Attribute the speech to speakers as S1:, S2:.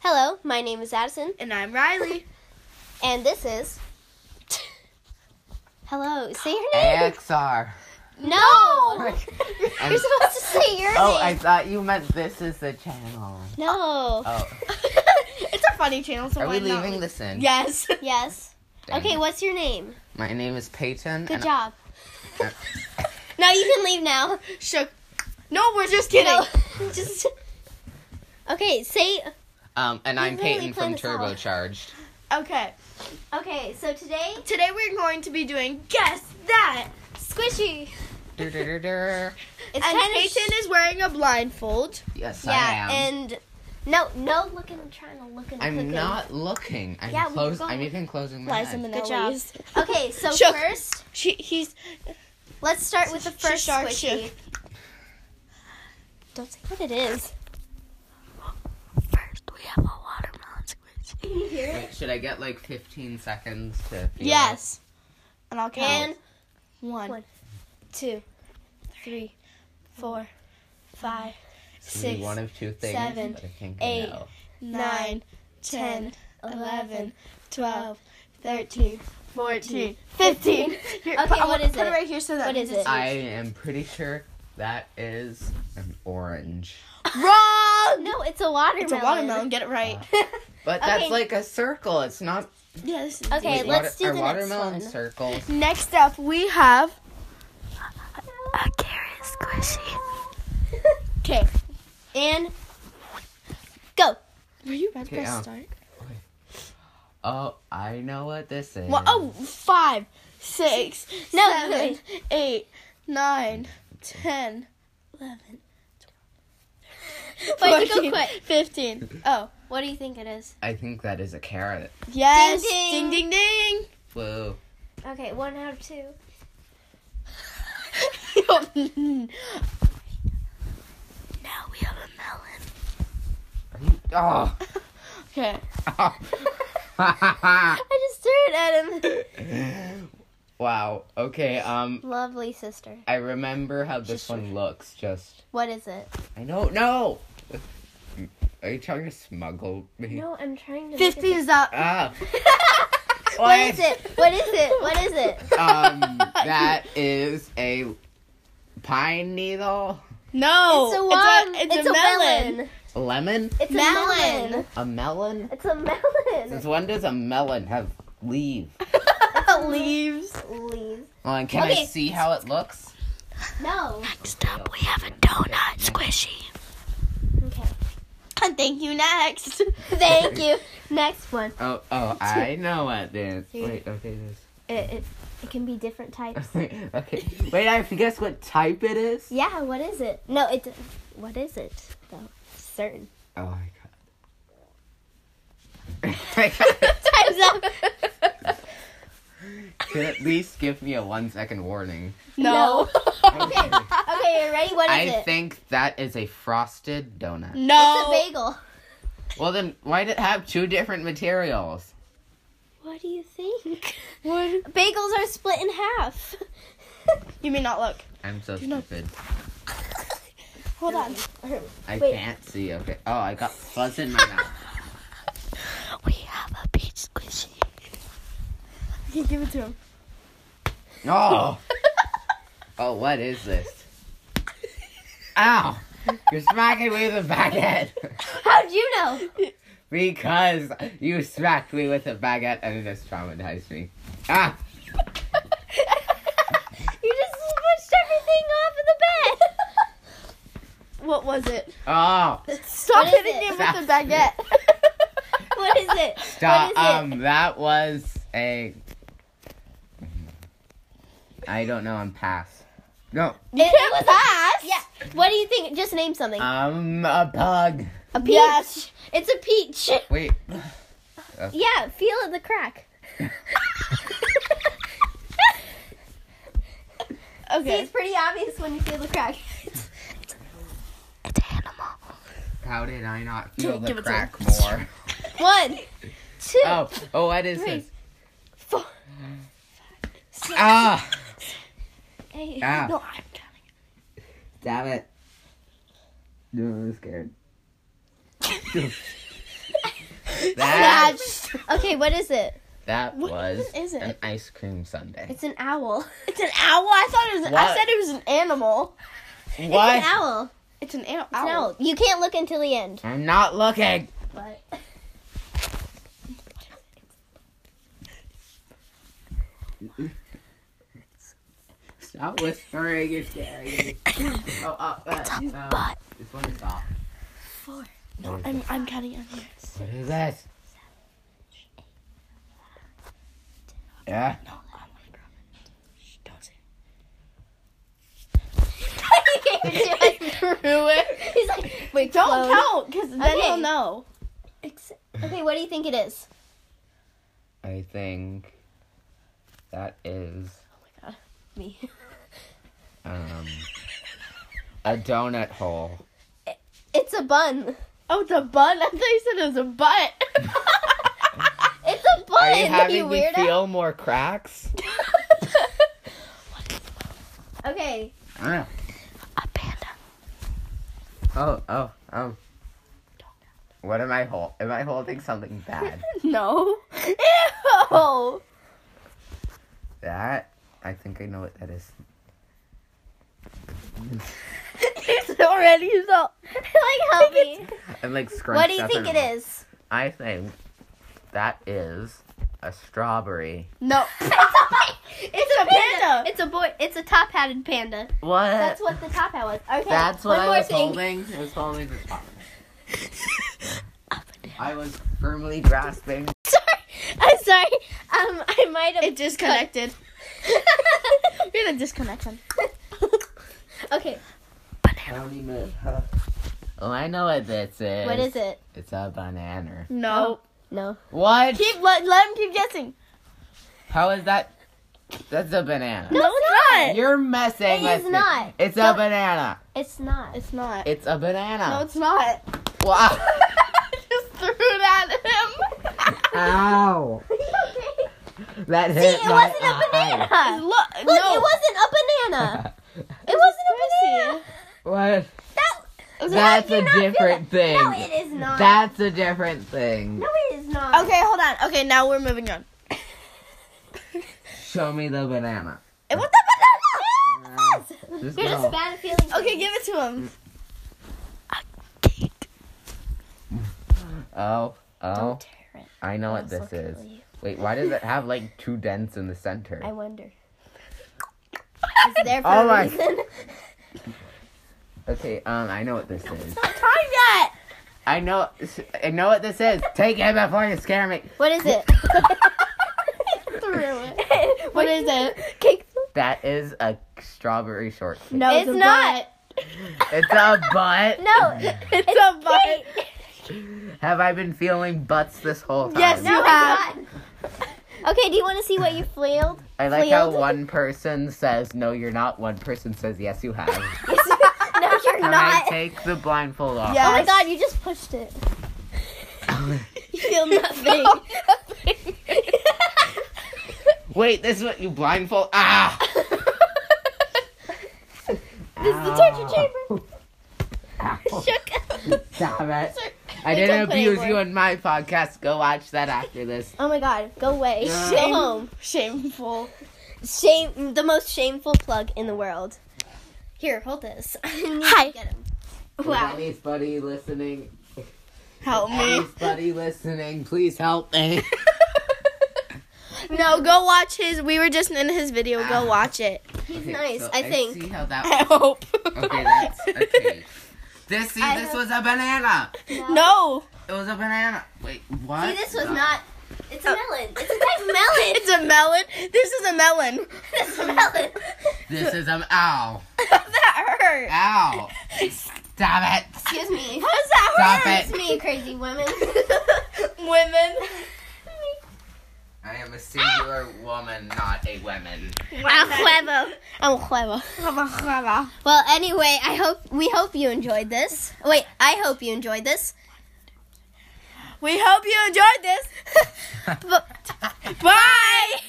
S1: Hello, my name is Addison,
S2: And I'm Riley.
S1: and this is. Hello, say your name.
S3: AXR.
S1: No, you're
S3: I'm-
S1: supposed to say your
S3: oh, I
S1: name.
S3: thought you meant this is the channel.
S1: No.
S3: Oh,
S2: it's a funny channel, so
S3: are
S2: why
S3: we
S2: not?
S3: leaving this in?
S2: Yes.
S1: Yes.
S3: Dang.
S1: Okay, what's your name?
S3: My name is Peyton.
S1: Good
S3: and
S1: job. now you can leave now.
S2: Shook. No, we're just kidding.
S1: No, just. Okay, say.
S3: Um, and I'm
S1: literally
S3: Peyton from
S1: planned this out.
S3: Turbocharged.
S2: Okay.
S1: Okay, so today,
S2: Today we're going to be doing guess that.
S1: squishy.
S3: Dur-dur-dur-dur.
S1: It's
S2: and
S1: kind of.
S2: Peyton is wearing a blindfold.
S3: yes,
S1: yeah,
S3: I am.
S1: and no, no looking, trying to look and
S3: I'm
S1: cooking.
S3: not looking. I'm
S1: Yeah, we
S3: close.
S1: both-
S3: I'm even closing my
S2: Liza
S3: eyes.
S2: Minnelli.
S1: job. Okay, so
S2: Shook.
S1: first,
S2: She, he's.
S1: let's start with the
S2: Sh-
S1: first
S2: shark
S1: squishy.
S2: shook.
S1: Don't say what it is.
S2: First, we have a watermelon squishy.
S1: Can you hear it?
S3: Wait, should I get like 15 seconds to? Feel
S2: Yes. And I'll count.
S1: And
S2: one,
S1: One.
S2: two, three, four, five,
S3: it? It'd be
S2: six,
S3: one of two things.
S2: seven,
S3: but I think
S2: eight.
S3: I know.
S2: nine, ten,
S1: eleven,
S2: eleven, twelve, thirteen, fourteen,
S1: fifteen.
S2: fifteen.
S1: Okay, what is
S2: put
S1: it?
S2: it right here so that
S1: What
S2: we
S1: is
S2: just
S1: it?
S2: see.
S3: I am pretty sure that is an orange.
S2: Wrong.
S1: No, it's a watermelon.
S2: It's a watermelon. Get it right.
S3: Uh, But that's
S1: Okay.
S3: like a circle. It's not.
S2: Yes.
S1: Okay,
S3: wait,
S1: let's
S3: water-
S1: do the
S3: are
S1: next
S3: watermelon
S1: one.
S3: circles?
S2: Next up, we have
S1: A carrot squishy.
S2: okay.
S1: And go.
S2: Were you about
S3: Okay, um,
S2: start?
S3: Oh, I know what this is.
S2: Well, oh, five, six,
S1: No,
S2: seven,
S1: wait.
S2: eight, nine, ten,
S1: Wait, you go
S2: 14,
S1: quick.
S2: 15. Oh,
S1: What do you think it is?
S3: I think that is a carrot.
S2: yes.
S1: Ding, ding.
S2: ding, ding. ding.
S3: Whoa.
S1: Okay, one out of two.
S2: now we have a melon.
S3: Oh.
S2: Okay.
S3: oh.
S1: I just threw it at him.
S3: wow. Okay. Um,
S1: Lovely sister.
S3: I remember how this one looks. Just
S1: What is it?
S3: I don't know. Are you trying to smuggle me?
S1: No, I'm trying to. make
S2: 50
S1: it-
S2: is up.
S3: Ah.
S1: What is it? What is it? What is it?
S3: Um, that is a pine needle,
S2: No.
S1: it's a one.
S2: It's a, it's a melon.
S3: lemon,
S1: It's a
S2: Melon.
S1: melon.
S3: a melon.
S1: It's a melon.
S3: Since when does a melon have leaves?
S2: Leaves.
S1: Leaves.
S3: Well, and can
S1: Okay.
S3: I see how it looks?
S1: No.
S2: Next up, we have a donut squishy.
S1: Okay.
S2: Thank you. Next.
S1: Thank you. Next one.
S3: Oh, oh, I know what this.
S1: Here.
S3: Wait, okay,
S1: It, it, it can be different types.
S3: this. okay, wait, I have to guess what type it is.
S1: Yeah, what is it? No, it. What is it though? Certain.
S3: Oh my god. I gotta-
S1: Time's up.
S3: Can at least give me a one second warning.
S2: No.
S1: okay. Okay, you ready? What is
S3: I
S1: it?
S3: think that is a frosted donut.
S1: it's a
S2: No.
S1: bagel.
S3: Well, then why did it have two different materials?
S1: What do you think?
S2: What?
S1: Bagels are split in half.
S2: You may not look.
S3: I'm so
S2: You're not-
S3: stupid.
S2: Hold on.
S3: I
S1: Wait.
S3: can't see. Okay. Oh, I got fuzz in my mouth.
S2: We have a peach squishy. You give it to him.
S3: Oh. Oh, what is this? Ow! You're smacking me with a baguette.
S1: How'd you know?
S3: Because you smacked me with a baguette and it just traumatized me. Ah!
S1: you just switched everything off in the bed.
S2: What was it?
S3: Oh!
S2: Stop
S1: What is
S2: hitting
S1: it?
S2: him with the baguette.
S1: What is it? What
S3: Stop.
S1: is it?
S3: um, that was a. I don't know. I'm past. No.
S1: It, it was
S2: pass.
S1: Yeah. What do you think? Just name something.
S3: Um, I'm a pug.
S1: a peach.
S2: yes.
S1: It's a peach.
S3: Wait.
S1: Yeah, feel the crack. See,
S2: Okay.
S1: it's pretty obvious when you feel the crack.
S3: How did I not feel the
S2: Give it to
S3: crack more?
S1: One, two,
S3: Oh, oh, what is
S1: Three.
S3: this?
S1: four, six,
S3: Ah!
S1: eight.
S3: Ah!
S2: No, I'm telling
S3: Damn it. No, I'm scared. That
S1: Okay, what is it?
S3: that
S1: What
S3: was
S1: is it?
S3: an ice cream sundae.
S1: It's an owl. It's an owl. I thought it was.
S3: What?
S1: I said it was an animal.
S3: What?
S1: It's an owl.
S2: It's an owl.
S1: It's an owl. You can't look until the end.
S3: I'm not looking.
S1: But
S3: Stop whispering. You're scaring me. Oh, oh, that's
S2: a butt.
S3: This one is off.
S2: Four.
S3: No,
S2: I'm, I'm counting on here.
S3: What is this? Yeah.
S2: No, I'm gonna grab it. Shh, Don't say it.
S1: he can't even do it.
S2: Through it.
S1: He's like, wait,
S2: Don't
S1: close.
S2: count, because then
S1: Okay.
S2: he'll know.
S1: Ex- Okay, what do you think it is?
S3: I think that is
S1: Me.
S3: um a donut hole.
S1: It's a bun.
S2: Oh, the bun. I thought you said it was a butt.
S1: It's a bun.
S3: Are you having me
S1: weirdo.
S3: feel more cracks?
S1: Okay.
S3: I don't know.
S2: a panda.
S3: Oh, oh, um. What am I hold? Am I holding something bad?
S2: No. Ew.
S3: that I think I know what that is.
S2: it's already so.
S1: Like, help me.
S3: I'm like scrunched
S1: What do you
S3: up
S1: think
S3: in
S1: it
S3: my-
S1: is?
S3: I think that is a strawberry.
S2: No.
S1: It's
S2: a panda.
S1: It's a boy. It's a top-hatted panda.
S3: What?
S1: That's what the top hat was. Okay.
S3: That's what
S1: one
S3: I
S1: more
S3: was
S1: thing.
S3: holding. I was holding the top. I was firmly grasping.
S1: Sorry. I'm sorry. Um, I might have.
S2: it disconnected. We're gonna disconnect him.
S1: okay.
S3: I don't even. Oh, I know what this is.
S1: What is it?
S3: It's a banana.
S2: No.
S1: No.
S3: What?
S2: Oh. Keep let, let him keep guessing.
S3: How is that? That's a banana.
S2: No, it's not.
S3: You're messing
S1: It
S3: with
S1: is
S3: me.
S1: not.
S3: It's a
S1: Don't-
S3: banana.
S1: It's not.
S2: It's not.
S3: It's a banana.
S2: No, it's not.
S3: wow.
S2: Just threw it at him.
S3: Ow.
S1: okay.
S3: That
S1: See,
S3: hit
S1: it
S3: my
S1: wasn't
S3: eye.
S1: a banana.
S2: Look,
S1: Look,
S2: no.
S1: it wasn't a banana. It wasn't a banana.
S3: What?
S1: That,
S2: was
S1: Why
S3: That's
S1: do you
S3: a
S1: not feel
S3: different thing.
S1: no, it is not.
S3: That's a different thing.
S1: no, it is not.
S2: Okay, hold on. Okay, now we're moving on.
S3: Show me the banana.
S2: It was the
S3: Just
S1: You're
S3: go.
S1: just bad at feeling.
S2: banana. Okay, give it to him.
S3: Oh, oh.
S1: tear it.
S3: I know what
S1: Else I'll
S3: this
S1: kill
S3: is.
S1: you.
S3: Wait, why does it have like two dents in the center?
S1: I wonder. It's there for
S3: All
S1: a
S3: right.
S1: reason.
S3: Okay, um, I know what this is.
S1: Not time yet.
S3: I know, I know what this is. Take it before you scare me.
S1: What is it?
S2: Threw it.
S1: what is it? Cake.
S3: That is a strawberry shortcake.
S2: No,
S1: It's
S2: it's, a
S1: not.
S3: It's a butt.
S1: No.
S2: butt. It's, a butt.
S1: Cake.
S3: Have I been feeling butts this whole time?
S2: Yes,
S1: No,
S2: You
S1: it's
S2: have.
S1: not. Okay, do you want to see what you flailed?
S3: I like how
S1: flailed.
S3: one person says no, you're not. One person says yes, you have.
S1: no,
S3: Can
S1: you're
S3: I
S1: not.
S3: take the blindfold off?
S1: Oh my
S2: Yes.
S1: god, you just pushed it. You feel nothing.
S3: Wait, this is what you blindfold. Ah! this
S1: is the torture
S3: chamber. Ow. Stop Ah. it. I
S1: We
S3: didn't
S1: don't play
S3: abuse
S1: anymore.
S3: you on my podcast. Go watch that after this.
S1: Oh my god, go away.
S3: Yeah.
S1: Go
S2: Um,
S1: home.
S2: Shameful.
S1: Shame, the most shameful plug in the world. Here, hold this. I need to
S2: Hi.
S1: get him.
S3: Is
S1: Wow.
S3: Anybody listening?
S2: Help me.
S3: Anybody listening? Please help me.
S2: no, Oh, go watch his. We were just in his video.
S3: Ah.
S2: Go watch it.
S1: He's
S3: Okay,
S1: nice,
S3: so
S1: I think.
S3: see how that.
S2: I hope.
S3: Okay, that's okay. This see,
S1: I
S3: this
S1: don't-
S3: was a banana.
S2: No.
S3: It was a banana. Wait, what?
S1: See, this was
S3: the-
S1: not. It's a melon. It's a type of melon.
S2: It's a melon. This is a melon.
S1: It's a melon.
S3: This is a ow,
S2: that hurt.
S3: ow. Stop it.
S1: Excuse me.
S2: How does that
S3: Stop
S2: hurt?
S1: It's me, crazy woman.
S2: Women.
S3: I am a singular woman, not a woman.
S1: I'm clever. I'm clever. Well, anyway, I hope we hope you enjoyed this. Wait, I hope you enjoyed this.
S2: We hope you enjoyed this. Bye.